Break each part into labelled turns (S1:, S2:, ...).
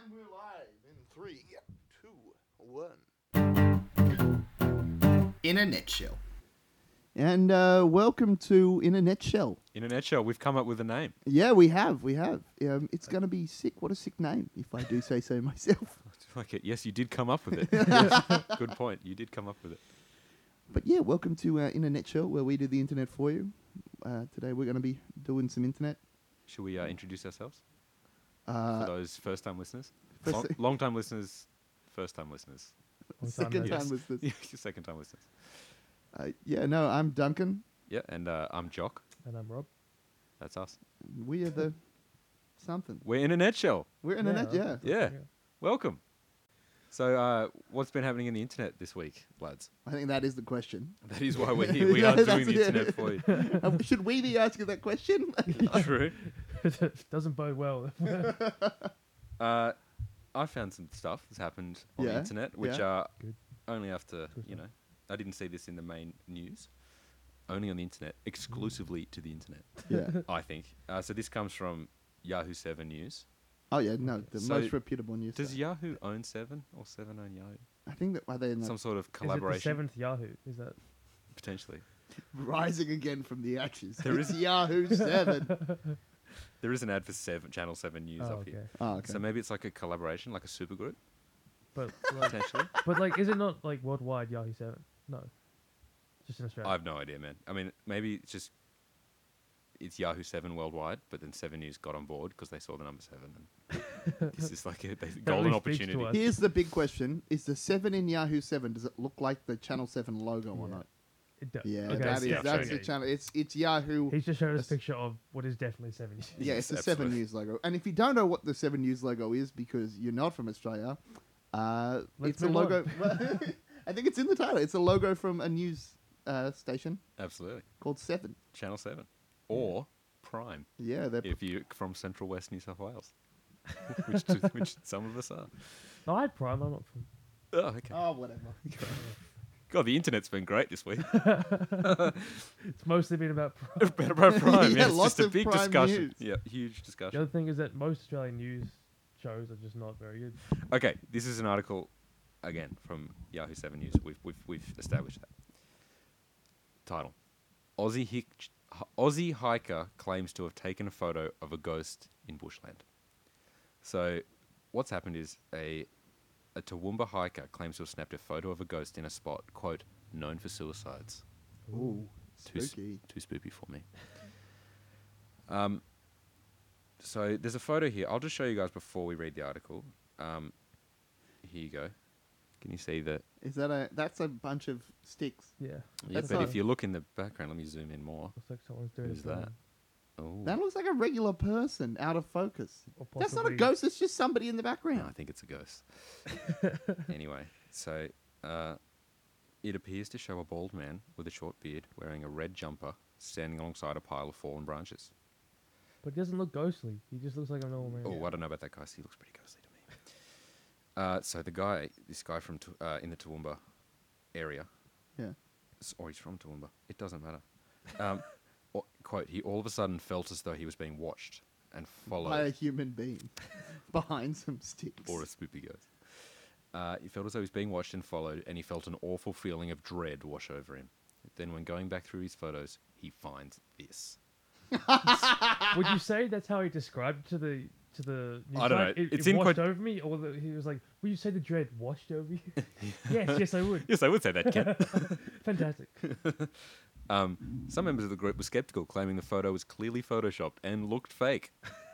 S1: And we're live in three, two, one.
S2: in a nutshell.
S3: And uh, welcome to In a Nutshell.
S4: In a nutshell, we've come up with a name.
S3: Yeah, we have, we have. Um, it's going to be sick. What a sick name, if I do say so myself.
S4: Like it. Yes, you did come up with it. Yes, Good point. You did come up with it.
S3: But yeah, welcome to uh, In a Nutshell, where we do the internet for you. Uh, today we're going to be doing some internet.
S4: Should we uh, introduce ourselves for
S3: Uh,
S4: those first-time listeners,
S3: first
S4: Long,
S3: thing-
S4: long-time listeners, first-time listeners,
S3: second
S4: yes.
S3: time was this.
S4: second-time listeners?
S3: Uh, yeah, no, I'm Duncan.
S4: Yeah, and uh, I'm Jock.
S5: And I'm Rob.
S4: That's us.
S3: We are the something.
S4: We're in a nutshell.
S3: We're in a net, yeah.
S4: Yeah. Welcome. So, uh, what's been happening in the internet this week, lads?
S3: I think that is the question.
S4: That is why we're here. We are doing
S3: That's-
S4: the
S3: yeah.
S4: internet for you.
S3: Uh, Should we be asking that question?
S4: True.
S5: Doesn't bode well.
S4: Uh, I found some stuff that's happened on the
S3: Yeah,
S4: internet, which
S3: yeah.
S4: are
S5: Good.
S4: only after
S5: Good
S4: you know. I didn't see this in the main news. Only on the internet, exclusively to the internet.
S3: yeah.
S4: I think. Uh, so this comes from Yahoo Seven News.
S3: Oh, yeah, no, the
S4: So
S3: most reputable news.
S4: Does
S3: site.
S4: Yahoo own Seven or Seven own Yahoo?
S3: I think that are they in the
S4: Some sort of
S5: Is it the
S4: collaboration,
S5: seventh Yahoo? Is that
S4: potentially.
S3: rising again from the ashes.
S4: There
S3: it's Yahoo Seven.
S4: There is an ad for Seven Channel Seven News
S5: oh,
S4: up
S5: okay.
S4: here.
S3: oh, okay.
S4: So maybe it's like a collaboration, like a supergroup,
S5: But like,
S4: potentially.
S5: but like, is it not like worldwide Yahoo Seven? No, just in Australia.
S4: I've no idea, man. I mean, maybe it's just it's Yahoo Seven worldwide, but then Seven News got on board because they saw the number seven, and this is like a they, golden
S5: really speaks to
S4: opportunity.
S5: us.
S3: Here's the big question: Is the seven in Yahoo Seven? Does it look like the Channel Seven logo or
S5: Yeah.
S3: not?
S5: It does.
S3: Yeah,
S4: Okay,
S3: that is
S4: yeah,
S3: that's
S4: okay.
S3: the channel. It's it's Yahoo.
S5: He's just showed us
S3: That's-
S5: a picture of what is definitely seventy.
S3: yeah, it's
S4: Yes,
S3: the Seven
S4: absolutely.
S3: News logo. And if you don't know what the Seven News logo is because you're not from Australia, uh,
S5: Let's
S3: it's a
S5: move
S3: logo. I think it's in the title. It's a logo from a news uh, station
S4: Absolutely,
S3: called Seven.
S4: Channel Seven or Prime
S3: Yeah, they're
S4: if you from Central West New South Wales, which to, which some of us are.
S5: No, I had Prime. I'm not from.
S4: Oh, okay.
S3: oh whatever.
S4: God, the internet's been great this week.
S5: It's mostly been about Prime.
S4: Better about Prime.
S3: Yeah,
S4: yeah, it's
S3: lots
S4: just a
S3: of
S4: big
S3: Prime
S4: discussion.
S3: news.
S4: Yeah, huge
S5: The
S4: discussion.
S5: other thing is that most Australian news shows are just not very good.
S4: Okay, this is an article again from Yahoo Seven News. We've we've we've established that. Title: Aussie hic- Aussie hiker claims to have taken a photo of a ghost in bushland. So, what's happened is a a Toowoomba hiker claims to have snapped a photo of a ghost in a spot quote known for suicides.
S3: Ooh,
S4: Too s-
S3: spooky.
S4: Too spoopy for me. Um, so there's a photo here. I'll just show you guys before we read the article. Um, here you go. Can you see that?
S3: Is that a? That's a bunch of sticks.
S5: Yeah,
S4: Yeah,
S3: That's
S4: but
S3: not-
S4: if you look in the background, let me zoom in more.
S5: looks like someone's doing
S4: Who's
S5: it. for
S4: that?
S5: them,
S4: Oh,
S3: That looks like a regular person out of focus.
S5: or
S3: That's not a
S5: possibly-
S3: ghost. It's just somebody in the
S4: no, I
S3: background.
S4: think it's a ghost. anyway, so uh, it appears to show a bald man with a short beard wearing a red jumper standing alongside a pile of fallen branches.
S5: But he doesn't look ghostly. He just looks like a normal man.
S4: Oh, I don't know about that guy. He looks pretty ghostly to me. uh, so the guy, this guy from Tu- uh, in the Toowoomba area,
S3: Yeah.
S4: s- or he's from Toowoomba. It doesn't matter. Um, o- quote: He all of a sudden felt as though he was being watched and
S3: By a
S4: followed,
S3: human being behind some sticks.
S4: or a spoopy ghost. Uh, he felt as though he was being watched and followed, and he felt an awful feeling of dread wash over him. Then, when going back through his photos, he finds this.
S5: Would you say that's how he described to the to the? news
S4: I don't
S5: site?
S4: know.
S5: It,
S4: It's
S5: it
S4: in
S5: washed
S4: quite-
S5: over me, or the, he was like, "Would you say the dread washed over you?" yes, yes, I would.
S4: Yes, I would say that, Ken.
S5: Fantastic.
S4: Um, some members of the group were skeptical, claiming the photo was clearly photoshopped and looked fake.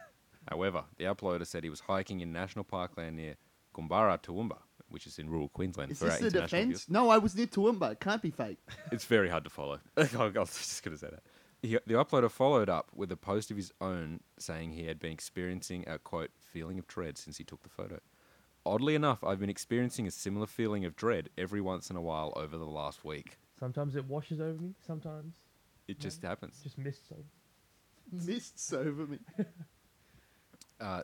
S4: However, the uploader said he was hiking in national parkland near Gumbara, Toowoomba, which is in rural Queensland.
S3: is
S4: for our
S3: this the
S4: international
S3: defense?
S4: viewers.
S3: No, I was near Toowoomba. It can't be fake.
S4: It's very hard to follow. I was just going to say that. He, the uploader followed up with a post of his own saying he had been experiencing a quote feeling of dread since he took the photo. Oddly enough, I've been experiencing a similar feeling of dread every once in a while over the last week.
S5: Sometimes it washes over me. Sometimes
S4: It just happens.
S5: it just mists over.
S3: Mists over me.
S4: uh,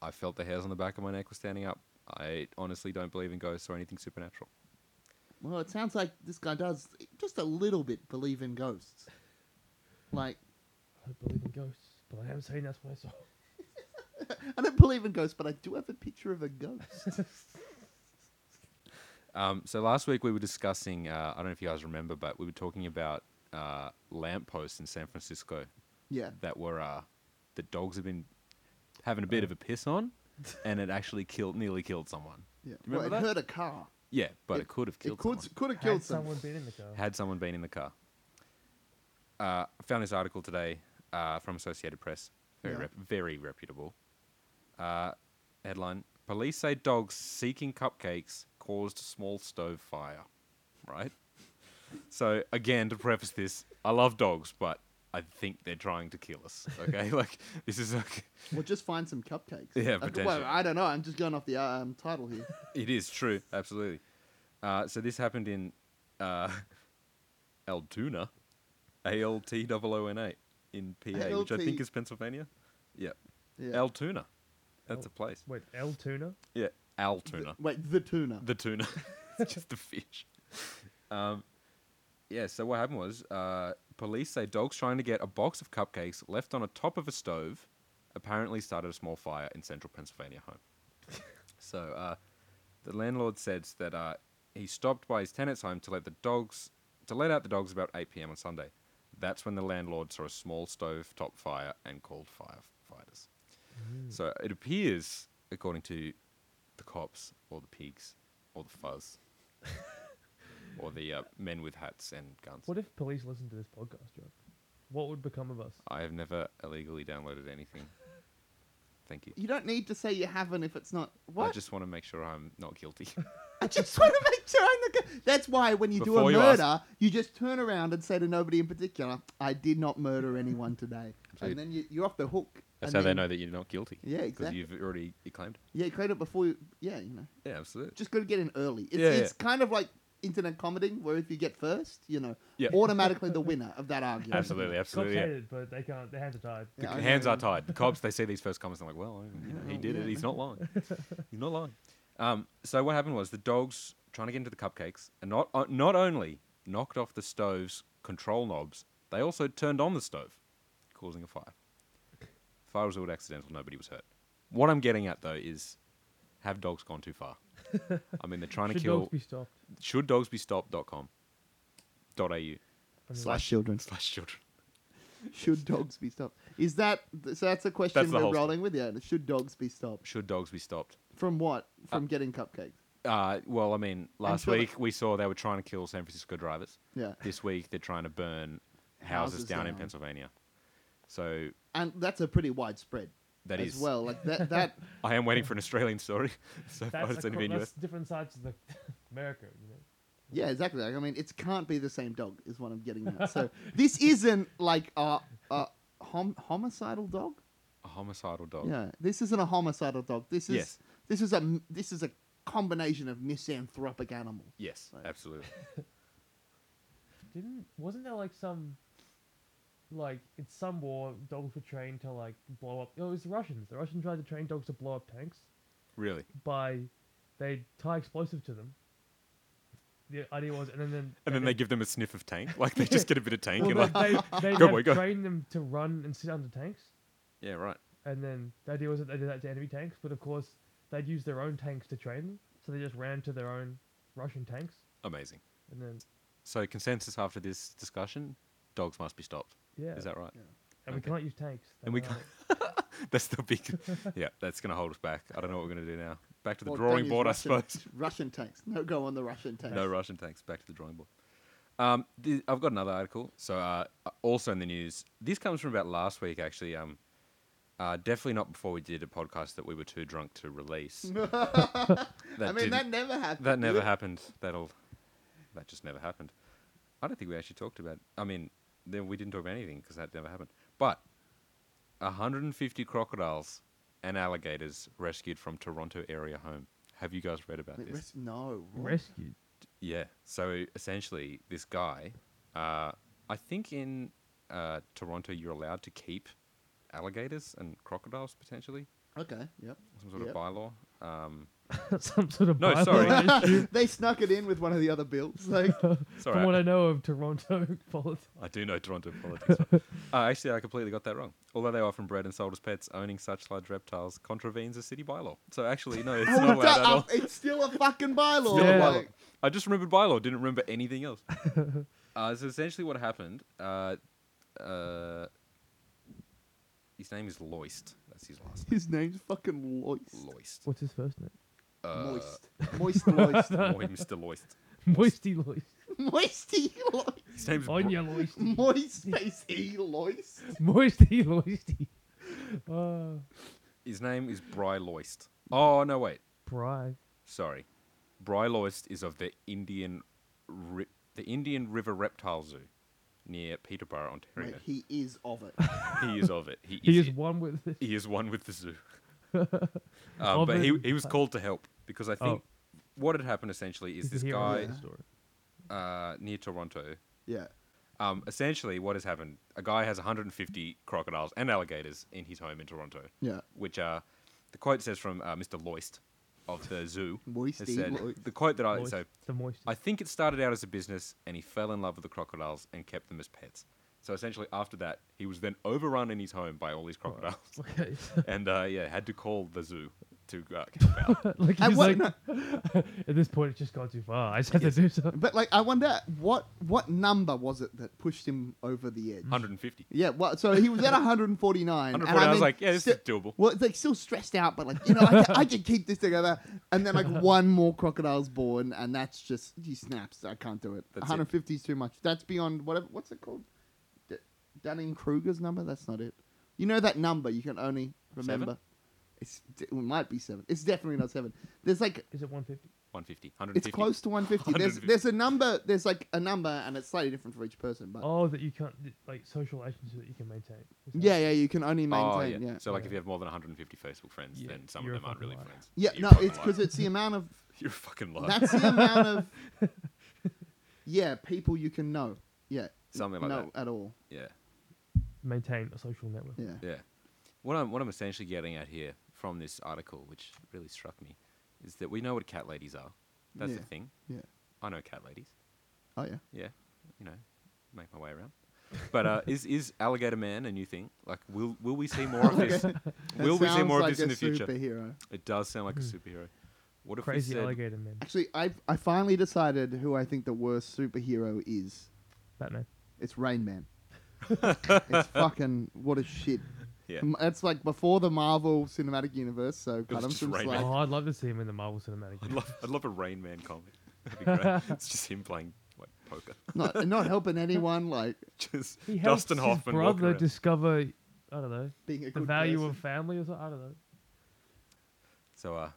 S4: I felt the hairs on the back of my neck were standing up. I honestly don't believe in ghosts or anything supernatural.
S3: Well, it sounds like this guy does just a little bit believe in ghosts. Like,
S5: I don't believe in ghosts, but I am saying that's what I saw.
S3: I don't believe in ghosts, but I do have a picture of a ghost.
S4: Um, so last week we were discussing, uh, I don't know if you guys remember, but we were talking about uh, lampposts in San Francisco
S3: yeah.
S4: that were uh, that dogs have been having a bit of a piss on, and it actually killed, nearly killed someone.
S3: Yeah.
S4: you remember
S3: well, it
S4: that?
S3: hurt a car.
S4: Yeah, but
S3: It-
S4: it, could have killed
S3: it could,
S4: someone.
S3: could have
S5: Had
S3: killed someone.
S5: someone been in the car.
S4: had someone been in the car. Uh, I found this article today uh, from Associated Press. Very,
S3: Yeah.
S4: rep- very reputable. Uh, headline Police say dogs seeking cupcakes caused small stove fire. Right? so, again, to preface this, I love dogs, but I think they're trying to kill us. Okay? like, this is okay.
S3: Well, just find some cupcakes.
S4: Yeah,
S3: Uh, well,
S4: potentially.
S3: I don't know. I'm just going off the um, title here.
S4: It is true, absolutely. Uh, so this happened in uh, Altoona, A L T O O N A, in PA, which I think
S3: ALT.
S4: is Pennsylvania. Yeah,
S3: Yeah.
S4: Altoona. That's
S5: Al-
S4: a place.
S5: Wait, El Tuna?
S4: Yeah, Altoona.
S3: Wait, the tuna.
S4: The tuna, It's just the fish. Um, yeah. So what happened was, uh, police say dogs trying to get a box of cupcakes left on a top of a stove, apparently started a small fire in central Pennsylvania home. so uh, the landlord says that uh, he stopped by his tenant's home to let the dogs to let out the dogs about 8 p.m. on Sunday. That's when the landlord saw a small stove top fire and called firefighters.
S3: Mm.
S4: So it appears, according to the cops or the pigs or the fuzz or the uh, men with hats and guns.
S5: What if police listened to this podcast, John? What would become of us?
S4: I have never illegally downloaded anything. Thank you.
S3: You don't need to say you haven't if it's not. What?
S4: I just want to make sure I'm not guilty.
S3: want to make sure I'm the. Go- That's why when you do
S4: Before
S3: a
S4: you
S3: murder, you, just turn around and say to nobody in particular, "I did not murder anyone today,"
S4: Absolutely.
S3: and then you, you're off the hook.
S4: That's
S3: And
S4: how they
S3: then-
S4: know that you're not guilty.
S3: Yeah,
S4: Because
S3: exactly.
S4: you've already you claimed.
S3: Yeah, you credit before. You, yeah, you know,
S4: Yeah, absolutely.
S3: just got to get in early. It's,
S4: Yeah,
S3: it's kind of like internet commenting, where if you get first, you know,
S4: Yeah.
S3: automatically the winner of that argument.
S4: Absolutely, absolutely.
S5: Cops
S4: yeah.
S5: hate it, but they can't. Their hands are tied.
S3: Yeah, I
S4: The hands
S3: know.
S4: are tied. The cops, they see these first comments, they're like, well, you know, he
S3: Yeah,
S4: did
S3: yeah.
S4: it. He's not lying. He's not lying. Um, so what happened was the dogs trying to get into the cupcakes, and not uh, not only knocked off the stove's control knobs, they also turned on the stove, causing a fire. The fire was all accidental. Nobody was hurt. What I'm getting at though is, have dogs gone too far? I mean, they're trying to
S5: Should
S4: kill.
S5: dogs be stopped?
S4: should dogs be stopped.com. Dot au
S5: I mean,
S3: Slash children.
S4: slash children.
S3: Should dogs be stopped? Is that so? That's a question
S4: That's the
S3: we're
S4: whole
S3: rolling with. Yeah, should dogs be stopped
S4: Should dogs be stopped?
S3: from what? From getting cupcakes.
S4: Uh, well, I mean, last
S3: sure the-
S4: week we saw they were trying to kill San Francisco drivers.
S3: Yeah,
S4: This week they're trying to burn houses,
S3: Houses
S4: down, in
S3: down.
S4: Pennsylvania. So
S3: and that's a pretty widespread.
S4: that
S3: as
S4: is.
S3: well. Like that. That
S4: I am waiting for an Australian story. so far,
S5: That's,
S4: it's only
S5: across,
S4: been
S5: that's
S4: US.
S5: different sides of the America, you know.
S3: yeah, exactly. Like, I mean, it can't be the same dog, is what I'm getting at. So this isn't like a, a hom- homicidal dog.
S4: A homicidal dog.
S3: Yeah, this isn't a homicidal dog. This is
S4: Oh. Yes.
S3: this is a m- this is a combination of misanthropic animal.
S4: Yes,
S3: Right.
S4: absolutely.
S5: Didn't wasn't there like some like in some war dogs were trained to like blow up oh, it was the Russians. The Russians tried to train dogs to blow up tanks
S4: really.
S5: by they tie explosive to them. The idea was and then, then
S4: And then they give them a sniff of tank. Like they just get a bit of tank and
S5: well,
S4: like,
S5: they, they, they
S4: Go,
S5: had
S4: boy, go.
S5: trained them to run and sit under tanks.
S4: yeah, right.
S5: And then the idea was that they did that to enemy tanks, but of course they'd use their own tanks to train them. So they just ran to their own Russian tanks
S4: Amazing.
S5: and then
S4: So consensus after this discussion, dogs must be stopped.
S5: yeah.
S4: Is that right?
S5: and we
S4: okay.
S5: can't use tanks. They
S4: And we
S5: were
S4: can't-
S5: like-
S4: That's the big. yeah, that's going to hold us back. I don't know what we're going to do now. Back to the
S3: Well, don't
S4: drawing
S3: use
S4: board, I
S3: Russian-
S4: suppose.
S3: Russian tanks. No go on the Russian tanks.
S4: No Russian tanks. Back to the drawing board. Um, th- I've got another article. So uh, also in the news, this comes from about last week actually. Um, uh, definitely not before we did a podcast that we were too drunk to release.
S3: I mean, that
S4: didn't-
S3: never happened.
S4: that never happened. That'll that just never happened. I don't think we actually talked about. I mean, then we didn't talk about anything because that never happened. But 150 crocodiles and alligators rescued from Toronto area home. Have you guys read about
S3: Wait,
S4: this?
S3: res- no. what?
S5: rescued.
S4: Yeah. So essentially, this guy, uh, I think in uh, Toronto, you're allowed to keep alligators and crocodiles potentially.
S3: Okay. Yep.
S4: Some sort
S3: Yep.
S4: of bylaw. Um,
S5: Some sort of
S4: No,
S5: bylaw,
S4: sorry.
S5: I assume,
S3: they snuck it in with one of the other bills. Like,
S4: sorry,
S5: from what
S4: I-
S5: I know of Toronto politics.
S4: I do know Toronto politics. well. uh, actually, I completely got that wrong. Although they are often bred and sold as pets, owning such large reptiles contravenes a city bylaw. So actually, no, it's
S3: oh,
S4: not allowed
S3: shut
S4: at all.
S3: up, it's still a fucking bylaw.
S5: Still a bylaw.
S3: like-
S4: I just remembered bylaw, didn't remember anything else. uh, so essentially, what happened? Uh, uh, his name is Loist. That's his last name.
S3: his name's fucking Loist.
S4: Loist.
S5: What's his first name?
S4: Uh,
S3: Moist. Moist Loist.
S4: Moy- Mr. Loist.
S5: Moisty Loist.
S3: Moisty Loist.
S4: His name's Bro-
S5: Anya Loist.
S3: Moist space E Loist.
S5: Moisty Loisty. Uh,
S4: his name is Bry Loist. Oh no, wait.
S5: Bry.
S4: Sorry. Bry Loist is of the Indian, ri- the Indian River Reptile Zoo near Peterborough,
S3: Mate,
S4: Ontario.
S3: he is of it.
S4: he is of it. He,
S5: He
S4: is,
S5: is one with this.
S4: he is one with the zoo. uh,
S5: Of
S4: but he
S5: it.
S4: he was called to help because I think what had happened essentially oh. is
S5: He's the
S4: this
S5: hero
S4: guy
S5: of the story.
S4: uh, near Toronto.
S3: Yeah.
S4: Um, essentially, what has happened? A guy has 150 crocodiles and alligators in his home in Toronto,
S3: Yeah.
S4: which are the quote says from uh, Mr. Loist of the zoo. has
S3: Moisty
S4: said,
S3: Loist.
S4: the quote that I
S5: Moist-
S4: Uh, so
S5: the moist.
S4: I think it started out as a business, and he fell in love with the crocodiles and kept them as pets. So essentially, after that, he was then overrun in his home by all these crocodiles,
S5: Okay.
S4: and uh, yeah, had to call the zoo to uh, help out.
S5: like
S3: And
S5: he's
S3: what-
S5: like, at this point, it's just gone too far. I just had to do something.
S3: But like, I wonder what what number was it that pushed him over the edge?
S4: 150.
S3: Yeah, well, so he was at 149.
S4: 149, I was like, yeah, this is doable.
S3: Well, it's like still stressed out, but like, you know, I can, I can keep this together. And then like one more crocodile's born, and that's just, he snaps. I can't do it.
S4: That's it.
S3: 150 is too much. That's beyond whatever, what's it called? D- Dunning Kruger's number? That's not it. You know that number, you can only remember. It's, it might be seven. It's definitely not seven. There's like
S5: Is it 150?
S4: 150.
S3: it's
S4: 150.
S3: close to 150. There's
S4: 150.
S3: there's a number. There's like a number, and it's slightly different for each person. But
S5: Oh, that you can't like social relationships that you can maintain. Is that-
S3: yeah, yeah, you can only
S4: Oh,
S3: maintain. yeah.
S4: So like,
S5: Yeah.
S4: if you have more than 150 Facebook friends,
S5: Yeah,
S4: then some of
S5: you're a
S4: them aren't
S5: fucking
S4: really
S5: liar.
S4: friends.
S3: yeah,
S4: You're
S3: no,
S4: fucking
S3: it's because
S4: liar.
S3: it's the amount of
S4: you're a fucking liar.
S3: that's the amount of yeah people you can know. Yeah,
S4: Something like
S3: no at all.
S4: Yeah,
S5: Maintain a social network.
S3: Yeah,
S4: yeah. What I'm what I'm essentially getting at here from this article, which really struck me, is that we know what cat ladies are. That's
S3: Yeah.
S4: the thing.
S3: yeah.
S4: I know cat ladies.
S3: Oh yeah.
S4: Yeah, you know, make my way around. But uh, is is alligator man a new thing? Like, will will we see more of this?
S3: That
S4: will we see
S3: sounds
S4: more of
S3: like
S4: this
S3: a Hmm.
S4: in the future?
S3: Superhero.
S4: It does sound like a superhero. What if
S5: Crazy
S4: we said
S5: alligator man.
S3: Actually, I I finally decided who I think the worst superhero is.
S5: Batman.
S3: It's Rain Man. it's fucking what a shit.
S4: Yeah.
S3: M- It's like before the Marvel Cinematic Universe, so cut him
S4: just
S3: some
S4: Rain
S3: slack.
S4: Man.
S5: Oh, I'd love to see him in the Marvel Cinematic.
S4: I'd
S5: Universe.
S4: love, I'd love a Rain Man comic. That'd be great. it's just him playing like poker.
S3: not not helping anyone, like
S4: Just
S5: He helps
S4: Dustin
S5: his
S4: Hoffman walking
S5: brother
S4: around.
S5: discover, I don't know,
S3: being a
S5: the
S3: good
S5: value
S3: person.
S5: of family or something. I don't know.
S4: So, uh,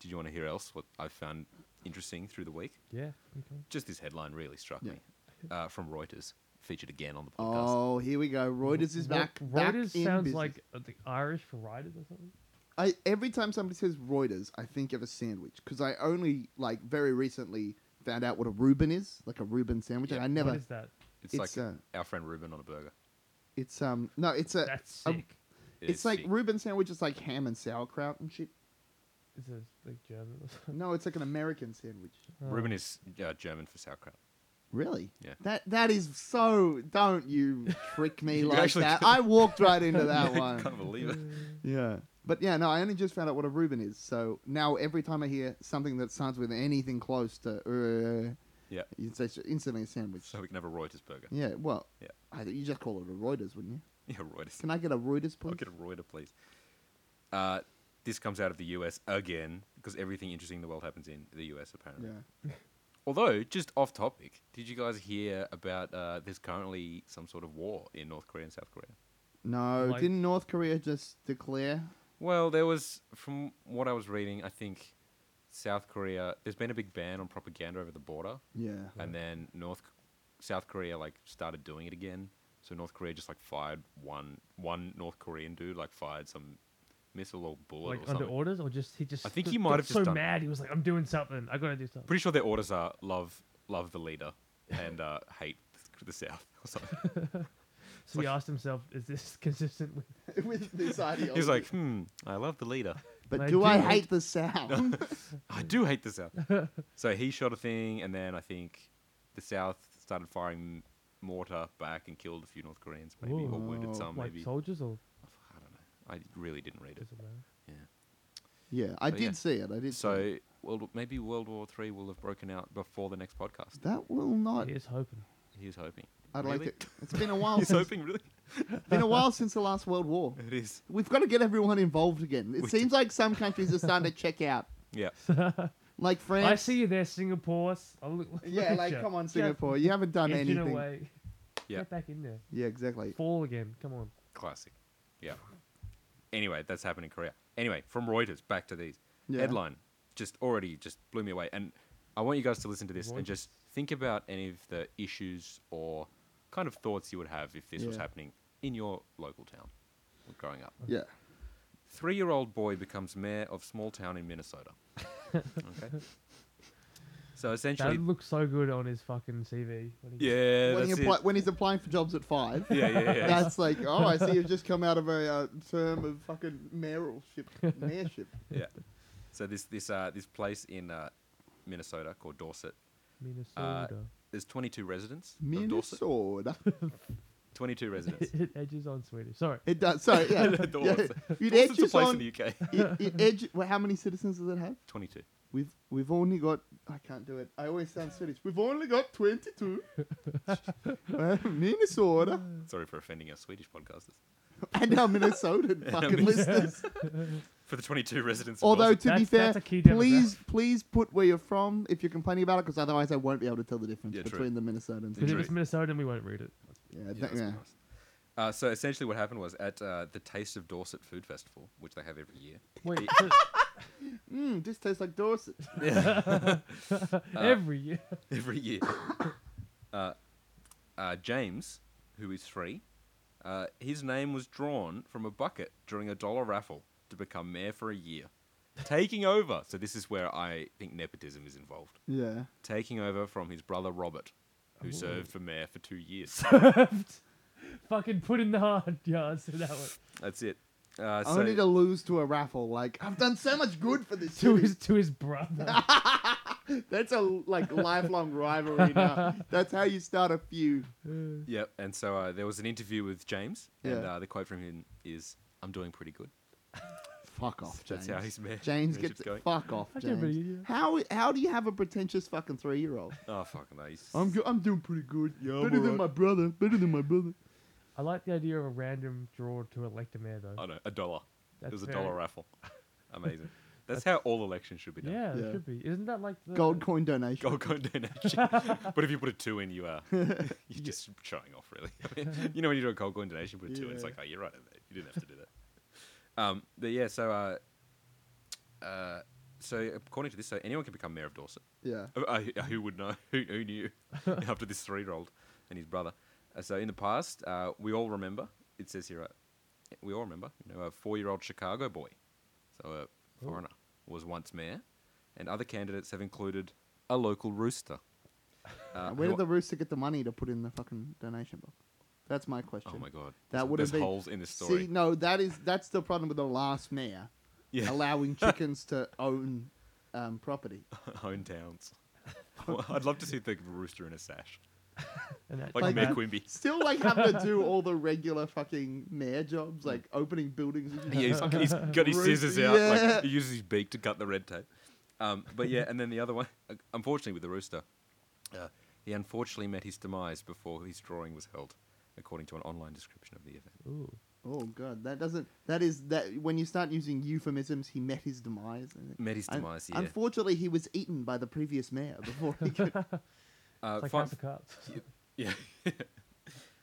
S4: did you want to hear else what I found interesting through the week?
S5: Yeah. Okay.
S4: Just this headline really struck
S3: Yeah.
S4: me uh, from Reuters, featured again on the podcast.
S3: Oh, here we go. Reuters is
S5: Ro-
S3: back. back
S5: Reuters
S3: in
S5: sounds
S3: business.
S5: like uh, the Irish for riders or something.
S3: I every time somebody says Reuters, I think of a sandwich because I only like very recently found out what a Reuben is, like a Reuben sandwich.
S4: Yeah.
S3: and I never.
S5: What is that?
S4: it's,
S3: it's,
S4: like
S3: uh,
S4: our friend Ruben on a burger.
S3: It's um no, it's a.
S5: That's
S3: a-
S5: sick.
S4: It
S3: it's
S4: is
S3: like
S4: sick.
S3: Reuben sandwich is like ham and sauerkraut and shit.
S5: Is it like German or something?
S3: No, it's like an American sandwich.
S5: Oh.
S4: Ruben is uh, German for sauerkraut.
S3: Really?
S4: Yeah.
S3: That that is so. Don't you trick me
S4: You
S3: like
S4: actually
S3: that.
S4: couldn't-
S3: I walked right into that
S4: I
S3: one.
S4: can't believe it.
S3: Yeah. But yeah, no, I only just found out what a Reuben is. So now every time I hear something that starts with anything close to, uh,
S4: Yeah.
S3: it's just instantly a sandwich.
S4: So we can have a Reuters burger.
S3: yeah, well,
S4: Yeah.
S3: I, you just call it a Reuters, wouldn't you?
S4: Yeah, Reuters.
S3: Can I get a Reuters,
S4: I'll
S3: please?
S4: get a Reuter, please. Uh, this comes out of the US again because everything interesting in the world happens in the US apparently.
S3: yeah.
S4: Although, just off topic, did you guys hear about uh, there's currently some sort of war in North Korea and South Korea?
S3: No,
S5: Like-
S3: didn't North Korea just declare?
S4: Well, there was, from what I was reading, I think South Korea, there's been a big ban on propaganda over the border,
S3: Yeah.
S4: and then North, South Korea like started doing it again. So North Korea just like fired one one North Korean dude like fired some missile or bullet
S5: Like
S4: or
S5: under
S4: something.
S5: orders, or just he just.
S4: I think
S5: got-
S4: he might
S5: got
S4: have just
S5: so
S4: done it.
S5: mad. He was like, "I'm doing something. I gotta do something."
S4: Pretty sure their orders are love love the leader and uh, hate the South or something.
S5: So he
S4: like-
S5: asked himself, "Is this consistent with?"
S3: with this ideology.
S4: He's like, hmm, I love the leader.
S3: but
S5: I
S3: do I
S5: do
S3: hate
S5: hate-
S3: the sound?
S4: I do hate the South. so he shot a thing, and then I think the South started firing mortar back and killed a few North Koreans, maybe, or
S3: Whoa.
S4: wounded some,
S5: like
S4: Oh, maybe.
S5: soldiers or
S4: I don't know. I really didn't read it.
S5: doesn't matter.
S4: Yeah.
S3: yeah, I
S4: But
S3: did
S4: Oh, yeah.
S3: see it. I did. see it.
S4: So world, maybe World War Three will have broken out before the next podcast.
S3: that will not.
S5: Here's hoping.
S4: He's hoping.
S3: I'd
S4: really?
S3: like it. It's been a while.
S4: He's
S3: since,
S4: hoping, really?
S3: been a while since the last World War.
S4: It is.
S3: We've got to get everyone involved again. It
S4: We
S3: seems like some countries are starting to check out,
S4: Yeah.
S3: like France.
S5: I see you there, Singapore. S- I look, look
S3: Yeah,
S5: at
S3: like
S5: ya.
S3: come on,
S5: Just
S3: Singapore, you haven't done
S5: edging
S3: anything.
S5: away.
S4: Yeah.
S5: Get back in there.
S3: Yeah, exactly.
S5: Fall again. Come on.
S4: Classic. Yeah. Anyway, that's happened in Korea. Anyway, from Reuters back to these.
S3: Yeah.
S4: Headline just already just blew me away. And I want you guys to listen to this and just think about any of the issues or kind of thoughts you would have if this was
S3: Yeah.
S4: happening in your local town or growing up.
S3: Yeah,
S4: Three year old boy becomes mayor of small town in Minnesota. okay. So essentially.
S5: That looks so good on his fucking CV. When he
S4: yeah,
S3: when, he
S4: that's it.
S3: apply, when he's applying for jobs at five,
S4: yeah, yeah, yeah.
S3: that's like, oh, I see you've just come out of a uh, term of fucking mayoralship, mayorship.
S4: yeah. So this this uh, this place in uh, Minnesota called Dorset. Uh,
S5: Minnesota.
S4: There's 22 residents of Dorset.
S3: Minnesota.
S4: 22 residents.
S5: it edges on Swedish. Sorry.
S3: It does. Sorry, yeah.
S4: Dorset's
S3: yeah. You'd
S4: Dorset's
S3: edge
S4: a
S3: us
S4: place
S3: on.
S4: in the UK.
S3: It, it edge. Well, how many citizens does it have?
S4: 22.
S3: We've we've only got. I can't do it. I always sound Swedish. We've only got twenty two. Minnesota
S4: Sorry for offending our Swedish podcasters.
S3: and our Minnesotan fucking listeners.
S4: For the 22 residents. of
S3: Although
S4: Dorset.
S3: to be
S5: That's-
S3: fair,
S5: that's a key
S3: please please put where you're from if you're complaining about it, because otherwise I won't be able to tell the difference
S4: Yeah, true.
S3: between the Minnesotans.
S5: Because
S3: And
S5: if
S4: True.
S5: it's Minnesota, we won't read it.
S3: yeah,
S4: Yeah,
S3: that-
S4: that's
S3: yeah.
S4: nice. Uh, so essentially, what happened was at uh, the Taste of Dorset Food Festival, which they have every year.
S5: Wait.
S4: It-
S5: so-
S3: Mm, this tastes like Dorset.
S4: uh,
S5: every year.
S4: every year. uh, uh, James, who is three, uh, his name was drawn from a bucket during a dollar raffle to become mayor for a year, taking over. So this is where I think nepotism is involved.
S3: Yeah,
S4: Taking over from his brother Robert, who served for mayor for two years.
S5: Fucking put in the hard yards for that one.
S4: That's it. Uh, so,
S3: only to lose to a raffle. Like I've done so much good for this
S5: To
S3: city.
S5: his to his brother.
S3: That's a like lifelong rivalry now. That's how you start a feud.
S4: Yep. And so uh, there was an interview with James, and
S3: Yeah.
S4: uh, the quote from him is, "I'm doing pretty good."
S3: Fuck off, James.
S4: That's how he's mayor.
S3: James
S4: mayorship's
S3: gets
S4: going.
S3: fuck off,
S5: I can't believe
S3: James.
S5: you.
S3: How how do you have a pretentious fucking three year old?
S4: Oh fuck no! He's
S3: I'm go- I'm doing pretty good.
S1: Yeah, I'm
S3: better than
S1: alright.
S3: my brother. Better than my brother.
S5: I like the idea of a random draw to elect a mayor though.
S4: I know a dollar.
S5: That's
S4: it was Oh, a
S5: very-
S4: dollar raffle. Amazing. That's, how all elections should be done.
S5: Yeah,
S3: Yeah.
S5: it should be. Isn't that like the
S3: Gold coin donation.
S4: Gold coin donation. but if you put a two in, you are you're just showing off, really. I mean, you know when you do a gold coin donation, put a two in, it's
S3: Yeah.
S4: like, oh, you're right. You didn't have to do that. Um, but yeah, so uh, uh, so according to this, so anyone can become mayor of Dorset.
S3: Yeah.
S4: Uh, uh, who- who would know? Who, who knew? After this three-year-old and his brother. Uh, so in the past, uh, we all remember. It says here, uh, we all remember. You know, a four-year-old Chicago boy, so a foreigner, was once mayor, and other candidates have included a local rooster. Uh,
S3: Where
S4: who-
S3: did the rooster get the money to put in the fucking donation box? That's my question.
S4: Oh my god!
S3: That would
S4: There's
S3: have been
S4: holes in this story.
S3: See, no, that is that's the problem with the last mayor
S4: yeah,
S3: allowing chickens to own um, property.
S4: own towns. Well, I'd love to see the rooster in a sash,
S5: and that,
S4: like,
S3: Like
S4: Mayor
S3: that.
S4: Quimby.
S3: Still, like having to do all the regular fucking mayor jobs, like opening buildings. and
S4: Yeah, he's, he's got his
S3: Rooster,
S4: scissors out.
S3: yeah.
S4: Like, he uses his beak to cut the red tape. Um, but yeah, and then the other one, uh, unfortunately, with the rooster, uh, he unfortunately met his demise before his drawing was held, according to an online description of the event.
S5: ooh.
S3: Oh god, that doesn't. That is that when you start using euphemisms, he met his demise. I think.
S4: Met his
S3: Un-
S4: demise, yeah.
S3: Unfortunately, he was eaten by the previous mayor before he could.
S4: Uh,
S5: It's like
S4: fin-
S5: House of Cards.
S4: yeah.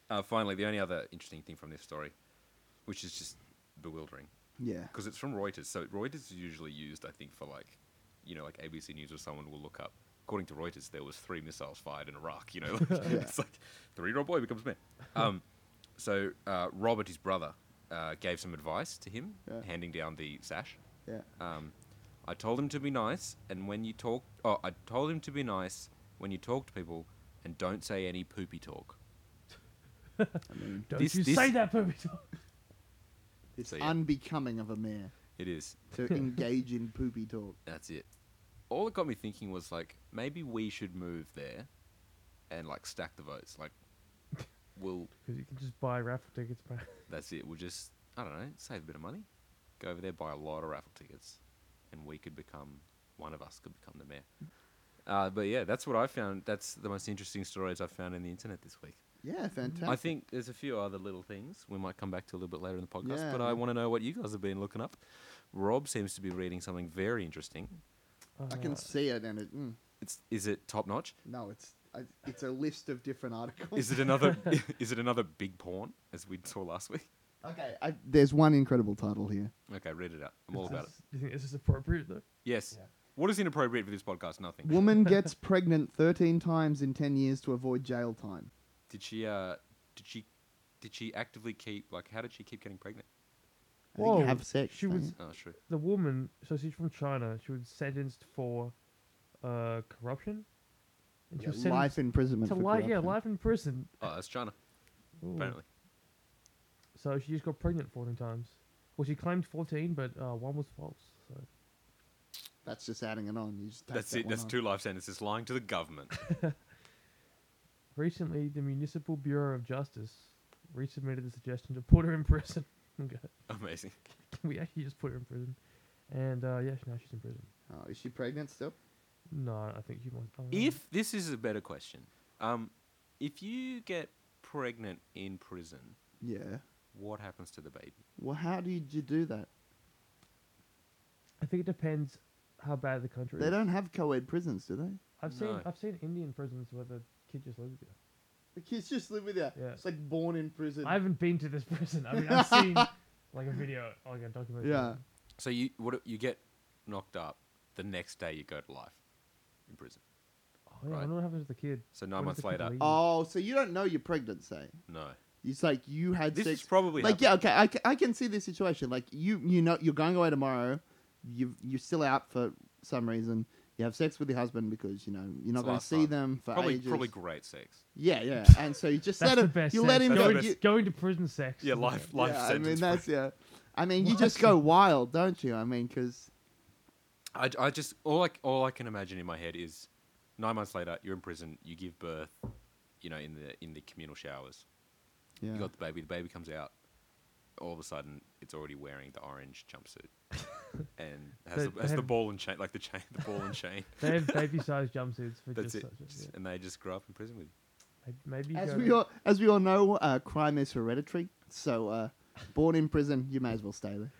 S4: uh, finally, the only other interesting thing from this story, which is just bewildering,
S3: yeah,
S4: because it's from Reuters. So Reuters is usually used, I think, for like, you know, like ABC News or someone will look up. According to Reuters, there was three missiles fired in Iraq. You know, like, it's like three-year-old boy becomes man. Um, so uh, Robert, his brother, uh, gave some advice to him,
S3: Yeah.
S4: handing down the sash.
S3: yeah.
S4: Um, I told him to be nice, and when you talk, oh, I told him to be nice when you talk to people, and don't say any poopy talk.
S3: I mean,
S5: Don't
S4: This-
S5: you
S4: this-
S5: say that, Poopy Dog.
S3: it's
S4: So, yeah.
S3: unbecoming of a mayor
S4: It is.
S3: to engage in poopy talk.
S4: That's it. All it got me thinking was like maybe we should move there, and like stack the votes. Like, we'll
S5: Because you can just buy raffle tickets. By...
S4: that's it. We'll just I don't know save a bit of money, go over there buy a lot of raffle tickets, and we could become one of us could become the mayor. Uh, but yeah, that's what I found. That's the most interesting stories I've found in the internet this week.
S3: Yeah, fantastic.
S4: I think there's a few other little things we might come back to a little bit later in the podcast, but
S3: Yeah.
S4: I want to know what you guys have been looking up. Rob seems to be reading something very interesting.
S3: I can
S5: Uh,
S3: see it, and it. Mm,
S4: It's is it top notch?
S3: no, it's I, it's a list of different articles.
S4: Is it another is it another big porn as we saw last week?
S3: okay, I, there's one incredible title here.
S4: Okay, read it out. I'm all
S5: is
S4: about it.
S5: this- Do you think this is appropriate though?
S4: Yes.
S5: Yeah.
S4: What is inappropriate for this podcast? Nothing.
S3: Woman gets pregnant 13 times in 10 years to avoid jail time.
S4: Did she uh did she did she actively keep like how did she keep getting pregnant?
S3: I think
S5: Whoa,
S3: have sex.
S5: she
S3: don't
S5: was-
S3: you?
S4: Oh sure.
S5: The woman, so she's from China. She was sentenced for uh, corruption. And she
S3: Yeah,
S5: was sentenced
S3: life imprisonment.
S5: to
S3: for
S5: life. Yeah,
S3: corruption.
S5: life in prison.
S4: Oh, that's China,
S5: Ooh.
S4: apparently.
S5: So she just got pregnant 14 times. Well, she claimed 14, but uh, one was false. So
S3: That's just adding it on. You just take
S4: That's
S3: that
S4: it,
S3: one
S4: that's
S3: off.
S4: two life sentences lying to the government.
S5: recently, the Municipal Bureau of Justice resubmitted the suggestion to put her in prison. Okay.
S4: Amazing.
S5: we actually just put her in prison. And uh, yeah, now she's in prison.
S3: Oh, is she pregnant still?
S5: No, I think she might. I don't know.
S4: If this is a better question, um, if you get pregnant in prison,
S3: Yeah.
S4: what happens to the baby?
S3: Well, how did you do that?
S5: I think it depends how bad the country
S3: They
S5: is.
S3: don't have co-ed prisons, do they?
S5: I've seen
S4: No.
S5: I've seen Indian prisons where the kid just lives there.
S3: The kids just live with you.
S5: Yeah.
S3: It's like born in prison.
S5: I haven't been to this prison. I mean, I've seen like a video, like a documentary. Oh,
S3: Yeah.
S4: So you what you get knocked up, the next day you go to life in prison.
S5: Oh, yeah, I
S4: Right.
S5: don't know what happens to the kid.
S4: So nine
S5: What if
S4: months
S5: the kid
S4: later,
S5: leaves?
S3: Oh, so you don't know your pregnant, say?
S4: no.
S3: It's like you had
S4: This
S3: sex.
S4: is probably
S3: like
S4: happening.
S3: yeah, okay. I, ca- I can see this situation. Like you you know you're going away tomorrow. You you're still out for some reason. You have sex with your husband because you know you're not going
S4: It's
S3: to
S4: last
S3: see
S4: time.
S3: them for
S4: probably
S3: ages.
S4: probably great sex.
S3: yeah, yeah. And so you just
S5: That's
S3: let
S5: the
S3: him.
S5: best.
S3: You
S5: sex.
S3: let him go.
S5: Going,
S4: That's the
S3: You,
S4: best.
S5: going to prison sex.
S4: Yeah,
S5: isn't
S4: life
S5: it?
S4: life
S3: yeah, I
S4: sentence.
S3: mean
S4: bro.
S3: that's yeah. I mean you just go wild, don't you? I mean because
S4: I, I just all I all I can imagine in my head is nine months later you're in prison you give birth you know in the in the communal showers
S3: yeah.
S4: you got the baby the baby comes out all of a sudden it's already wearing the orange jumpsuit and has,
S5: They-
S4: the,
S5: they
S4: has the
S5: have-
S4: ball and chain like the chain the ball and chain
S5: They have baby-sized jumpsuits for
S4: that's
S5: just
S4: it
S5: such a,
S4: Just-
S5: yeah.
S4: and they just grow up in prison with you
S5: May- Maybe you
S3: as
S5: go
S3: we
S5: to-
S3: all as we all know, uh, crime is hereditary. So uh, born in prison, you may as well stay there.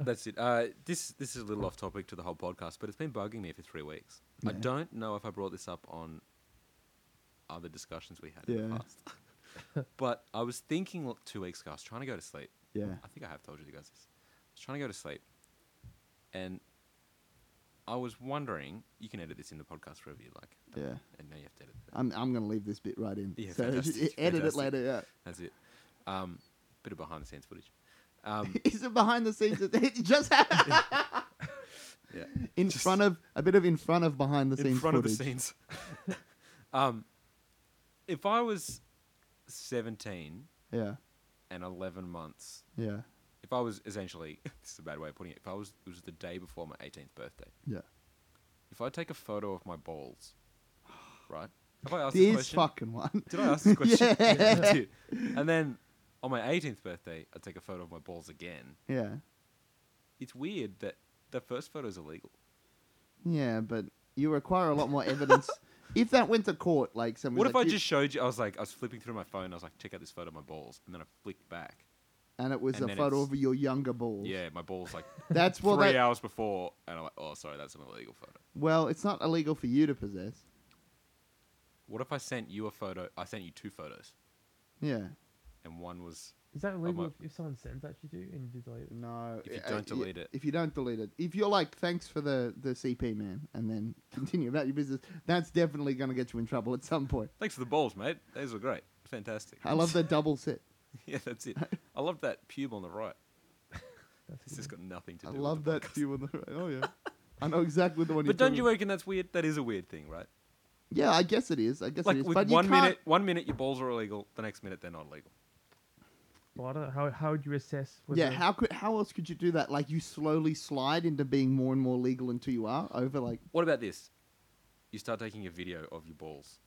S4: That's it. Uh, this this is a little off topic to the whole podcast, but it's been bugging me for three weeks. I
S3: Yeah.
S4: don't know if I brought this up on other discussions we had in
S3: Yeah.
S4: the past, but I was thinking l- two weeks ago. I was trying to go to sleep.
S3: Yeah.
S4: I think I have told you guys this. I was trying to go to sleep, and I was wondering. You can edit this in the podcast wherever you like.
S3: Yeah.
S4: And now you have to edit that.
S3: I'm I'm gonna leave this bit right in.
S4: Yeah,
S3: so
S4: fantastic,
S3: edit it
S4: fantastic.
S3: later. Yeah.
S4: That's it. Um, bit of behind the scenes footage. Um,
S3: Is it behind the scenes? it just happened.
S4: yeah.
S3: in
S4: Just-
S3: front of a bit of in front of behind the scenes.
S4: in front
S3: footage.
S4: of the scenes. um, if I was 17
S3: Yeah,
S4: and 11 months,
S3: yeah,
S4: if I was essentially, this is a bad way of putting it, if I was, it was the day before my 18th birthday,
S3: yeah.
S4: if I take a photo of my balls, right? Have I asked this
S3: This
S4: question?
S3: fucking one.
S4: Did I ask this question?
S3: Yeah.
S4: I did. And then on my 18th birthday, I take a photo of my balls again.
S3: Yeah,
S4: It's weird that the first photo is illegal.
S3: yeah, but you require a lot more evidence. if that went to court, like someone.
S4: What if I
S3: like, "You-"
S4: just showed you? I was like, I was flipping through my phone. I was like, check out this photo of my balls, and then I flicked back.
S3: And it was
S4: and
S3: a
S4: then
S3: photo
S4: it's-
S3: of your younger balls.
S4: Yeah, my balls like
S3: That's well.
S4: three
S3: That,
S4: hours before, and I'm like, oh, sorry, that's an illegal photo.
S3: well, it's not illegal for you to possess.
S4: What if I sent you a photo? I sent you two photos,
S3: Yeah.
S4: and one was
S5: Is that illegal
S4: up.
S5: if, if someone sends that to you and you delete it?
S3: No.
S4: If you
S3: uh,
S4: don't
S3: uh,
S4: delete it.
S3: If you don't delete it. If you're like, thanks for the, the CP, man, and then continue about your business, that's definitely going to get you in trouble at some point.
S4: thanks for the balls, mate. Those were great, fantastic.
S3: I love the double set.
S4: yeah, that's it. I love that pube on the right.
S5: That's
S4: This has got nothing to
S3: I
S4: do.
S3: love
S4: with the
S3: that
S4: podcast.
S3: view on the right. Oh, yeah. I know exactly the one you're
S4: But don't
S3: talking
S4: you reckon that's weird? That is a weird thing, right?
S3: Yeah, I guess it is. I guess it
S4: Like
S3: is.
S4: with
S3: but you
S4: one
S3: can't-
S4: minute, one minute your balls are illegal, the next minute they're not illegal.
S5: spotter? How how would you assess? Whether,
S3: Yeah, how could how else could you do that? Like you slowly slide into being more and more legal until you are over like
S4: What about this? You start taking a video of your balls,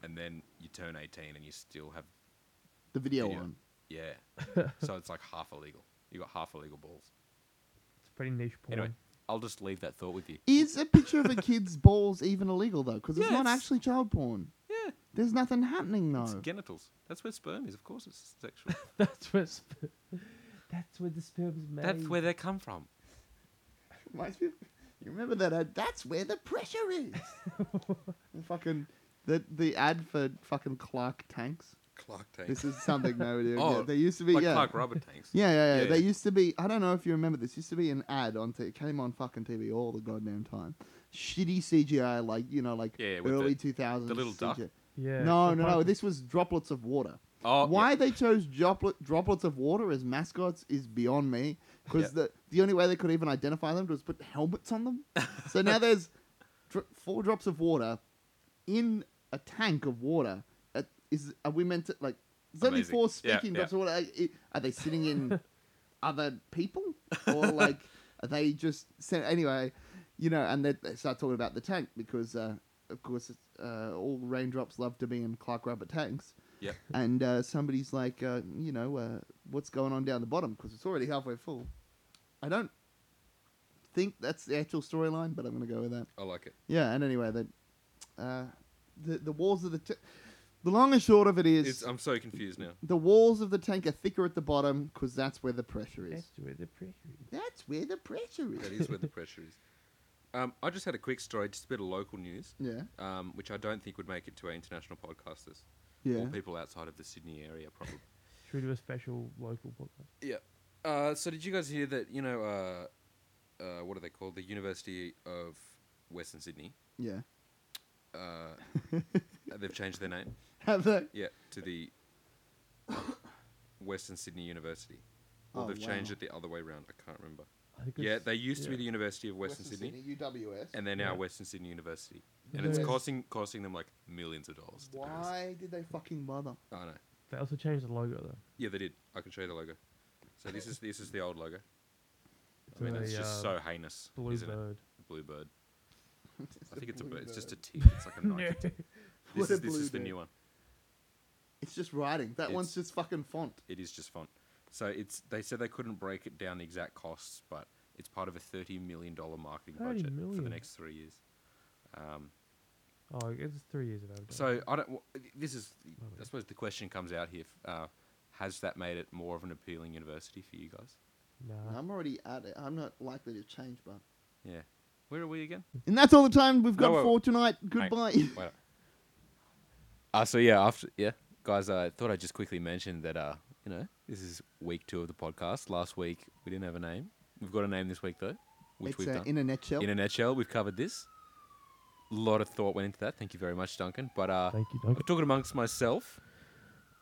S4: and then you turn 18 and you still have
S3: the video
S4: Video.
S3: on.
S4: yeah. so it's like half illegal. You got half illegal balls.
S5: it's pretty niche porn.
S4: Anyway, I'll just leave that thought with you.
S3: Is a picture of a kid's balls even illegal though? Because it's
S4: Yeah,
S3: not
S4: it's-
S3: actually child porn.
S4: Yeah,
S3: There's nothing happening though.
S4: it's genitals. That's where sperm is. Of course, it's sexual.
S5: That's where sp- that's where the sperm's made.
S4: That's where they come from.
S3: Reminds me of- you remember that ad? That's where the pressure is. And fucking the the ad for fucking Clark tanks.
S4: Clark tanks.
S3: This is something no idea.
S4: Oh,
S3: yeah, there used to be
S4: like
S3: yeah.
S4: Clark rubber tanks.
S3: Yeah, yeah, yeah.
S4: Yeah,
S3: They
S4: yeah.
S3: used to be. I don't know if you remember this. Used to be an ad on. T- it came on fucking TV all the goddamn time. Shitty CGI, like you know, like
S4: Yeah, with the-
S3: early two thousands.
S4: the little duck.
S5: Yeah.
S3: No, no,
S5: the
S3: no.
S5: pipe-
S3: This was droplets of water.
S4: Oh,
S3: Why
S4: yeah.
S3: they chose droplet, droplets of water as mascots is beyond me. Because
S4: Yeah.
S3: the the only way they could even identify them was put helmets on them. so now there's dr- four drops of water in a tank of water. Uh, is are we meant to like? There's only
S4: Amazing.
S3: four
S4: Yeah,
S3: speaking
S4: yeah.
S3: drops of water. Are, i- are they sitting in other people or like are they just so anyway? You know, and they, they start talking about the tank because, uh, of course, it's, uh, all raindrops love to be in Clark rubber tanks
S4: Yeah.
S3: and uh, somebody's like, uh, you know, uh, what's going on down the bottom? Because it's already halfway full. I don't think that's the actual storyline, but I'm going to go with that.
S4: I like it.
S3: Yeah, and anyway, the uh, the, the walls of the t- the long and short of it is
S4: It's, um, I'm so confused now.
S3: the walls of the tank are thicker at the bottom because that's where the pressure is.
S5: That's where the pressure is.
S3: That's where the pressure
S4: That
S3: is.
S4: is where the pressure is. Um, I just had a quick story, just a bit of local news,
S3: Yeah,
S4: um, which I don't think would make it to our international podcasters
S3: yeah.
S4: or people outside of the Sydney area, probably.
S5: Should we do a special local podcast?
S4: Yeah. Uh, so did you guys hear that? You know, uh, uh, what are they called? The University of Western Sydney.
S3: Yeah.
S4: Uh, they've changed their name.
S3: Have that.
S4: Yeah, to the Western Sydney University.
S3: Oh,
S4: Or they've changed
S3: wow.
S4: it the other way around. I can't remember.
S5: I think
S4: Yeah,
S5: it's-
S4: they used to be
S5: yeah.
S4: the University of Western, Sydney,
S3: UWS.
S4: and they're now
S5: Yeah.
S4: Western Sydney University, and it's
S5: Yeah.
S4: costing costing them like millions of dollars. to do this.
S3: Why did they fucking bother?
S4: I know.
S5: They also changed the logo though.
S4: Yeah, they did. I can show you the logo. So this is this is the old logo. I
S5: To
S4: mean,
S5: a,
S4: it's just
S5: uh,
S4: so heinous, isn't it?
S5: Bluebird.
S4: Bluebird. I think it's a
S3: blue
S4: bird. It's just a
S3: bird.
S4: tick. It's like a
S5: No.
S4: Nike. tick.
S3: What
S4: This
S3: a
S4: is this
S3: blue
S4: is the
S3: bird.
S4: new one.
S3: It's just writing. That one's
S4: It's-
S3: just fucking font.
S4: It is just font. So it's they said they couldn't break it down the exact costs, but it's part of a thirty million dollar marketing
S5: 30
S4: budget for the
S5: million.
S4: next three years. Um,
S5: Oh, it's three years of overdose.
S4: So I don't. w- This is.
S5: Lovely.
S4: I suppose the question comes out here: f- uh, Has that made it more of an appealing university for you guys?
S5: nah.
S3: I'm already at it. I'm not likely to change, but.
S4: Yeah. Where are we again?
S3: And that's all the time we've got
S4: No, wait,
S3: for tonight. Goodbye.
S4: Wait. Uh, so yeah, after yeah, guys, I thought I'd just quickly mention that uh, you know, this is week two of the podcast. Last week we didn't have a name. We've got a name this week though, which
S3: it's
S4: we've
S3: uh,
S4: done.
S3: in a nutshell.
S4: in a nutshell, we've covered this. A lot of thought went into that. Thank you very much, Duncan. But uh,
S5: Thank you,
S4: I'm
S5: Duncan.
S4: talking amongst myself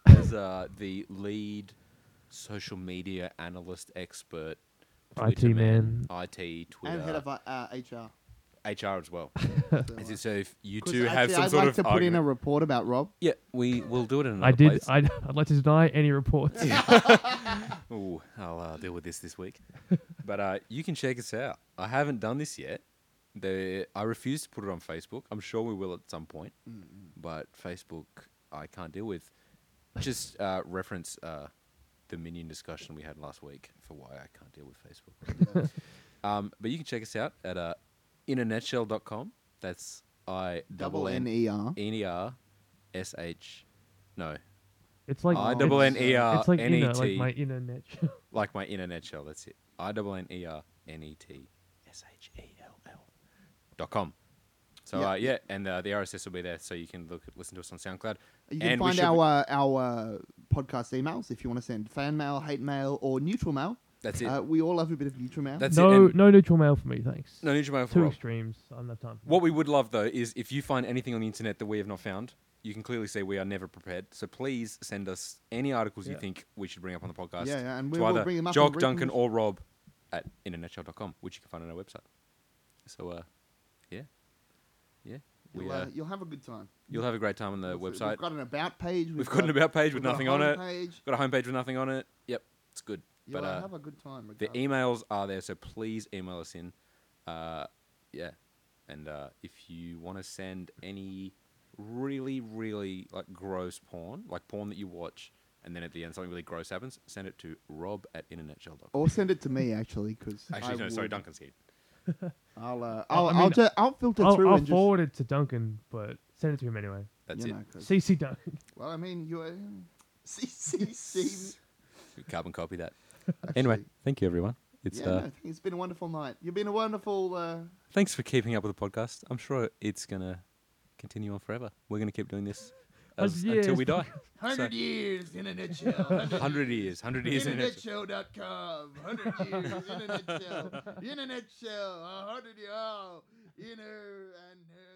S4: as uh, the lead social media analyst expert,
S5: IT
S4: Twitter
S5: man.
S4: IT, Twitter,
S3: and head of uh, uh, HR.
S4: HR as well.
S3: So,
S4: Is
S3: uh,
S4: it so if you
S3: 'cause
S4: two have
S3: actually
S4: some
S3: I'd
S4: sort
S3: like
S4: of
S3: to put in a
S4: argument-
S3: report about Rob.
S4: yeah, we will do it in another
S5: I did.
S4: place.
S5: I'd, I'd like to deny any reports.
S4: Ooh, I'll uh, deal with this this week. but uh, you can check us out. I haven't done this yet. The, I refuse to put it on Facebook. I'm sure we will at some point, but Facebook I can't deal with. Just uh, reference uh, the minion discussion we had last week for why I can't deal with Facebook. um, but you can check us out at uh, inanetshell.com. That's I
S3: Double N E R.
S4: N E R S H. No,
S5: It's like
S4: I
S5: it's-
S4: double N E R
S5: It's like
S4: N E
S5: inner, like
S4: T
S5: my inner niche.
S4: like my inner net shell. That's it. I double N E R N E T S H E L L dot com. So
S3: Yeah.
S4: uh, yeah, and uh, the RSS will be there, so you can look listen to us on SoundCloud.
S3: You can
S4: and we
S3: find
S4: should-
S3: our uh, our uh, podcast emails if you want to send fan mail, hate mail, or neutral mail.
S4: That's it.
S3: Uh, we all love a bit of neutral mail.
S4: That's it,
S5: no,
S4: and-
S5: no neutral mail for me, thanks.
S4: no Ninja Mail for
S5: Two
S4: Rob.
S5: extremes. I don't have time. For
S4: What we would love though is if you find anything on the internet that we have not found, you can clearly see we are never prepared. So please send us any articles you
S5: Yeah.
S4: think we should bring up on the podcast.
S3: Yeah, yeah, and we
S4: to
S3: will
S4: either
S3: bring them up and
S4: Jock
S3: read
S4: Duncan
S3: them.
S4: or Rob at internetshell.com, which you can find on our website. So uh, yeah, yeah,
S3: You'll,
S4: We, uh,
S3: uh, you'll have a good time.
S4: You'll have a great time on the
S3: We've
S4: website.
S3: got an about page.
S4: We've got an about page with
S3: we've got a
S4: nothing on it.
S3: homepage.
S4: Got a homepage with nothing on it. Yep, it's good.
S3: You'll
S4: but uh,
S3: have a good time.
S4: the
S3: Regardless.
S4: emails are there, so please email us in. Uh, yeah, and uh, if you want to send any really, really like gross porn, like porn that you watch, and then at the end something really gross happens, send it to Rob at internetshell.com.
S3: or send it to me actually, because
S4: Actually,
S3: Oh, I
S4: no, sorry,
S3: would-
S4: Duncan's here.
S3: I'll uh,
S5: I
S3: I'll
S5: mean,
S3: I'll, ju- I'll filter
S5: I'll,
S3: through
S5: I'll
S3: and just
S5: forward it to Duncan, but send it to him anyway.
S4: That's
S3: you
S4: it.
S3: know, 'cause-
S5: CC Duncan.
S3: Well, I mean, you uh, CCC.
S4: Carbon copy that.
S3: actually.
S4: Anyway, thank you everyone. It's
S3: yeah,
S4: uh,
S3: no, I think it's been a wonderful night. You've been a wonderful. Uh,
S4: thanks for keeping up with the podcast. I'm sure it's gonna continue on forever. We're gonna keep doing this
S5: As
S4: as-
S5: years
S4: until we die.
S3: Hundred years in a nutshell.
S4: Hundred years, hundred years. in it.
S3: Internetshow.com. Hundred years in a nutshell. In a nutshell. A hundred years. oh, Inner and. Uh,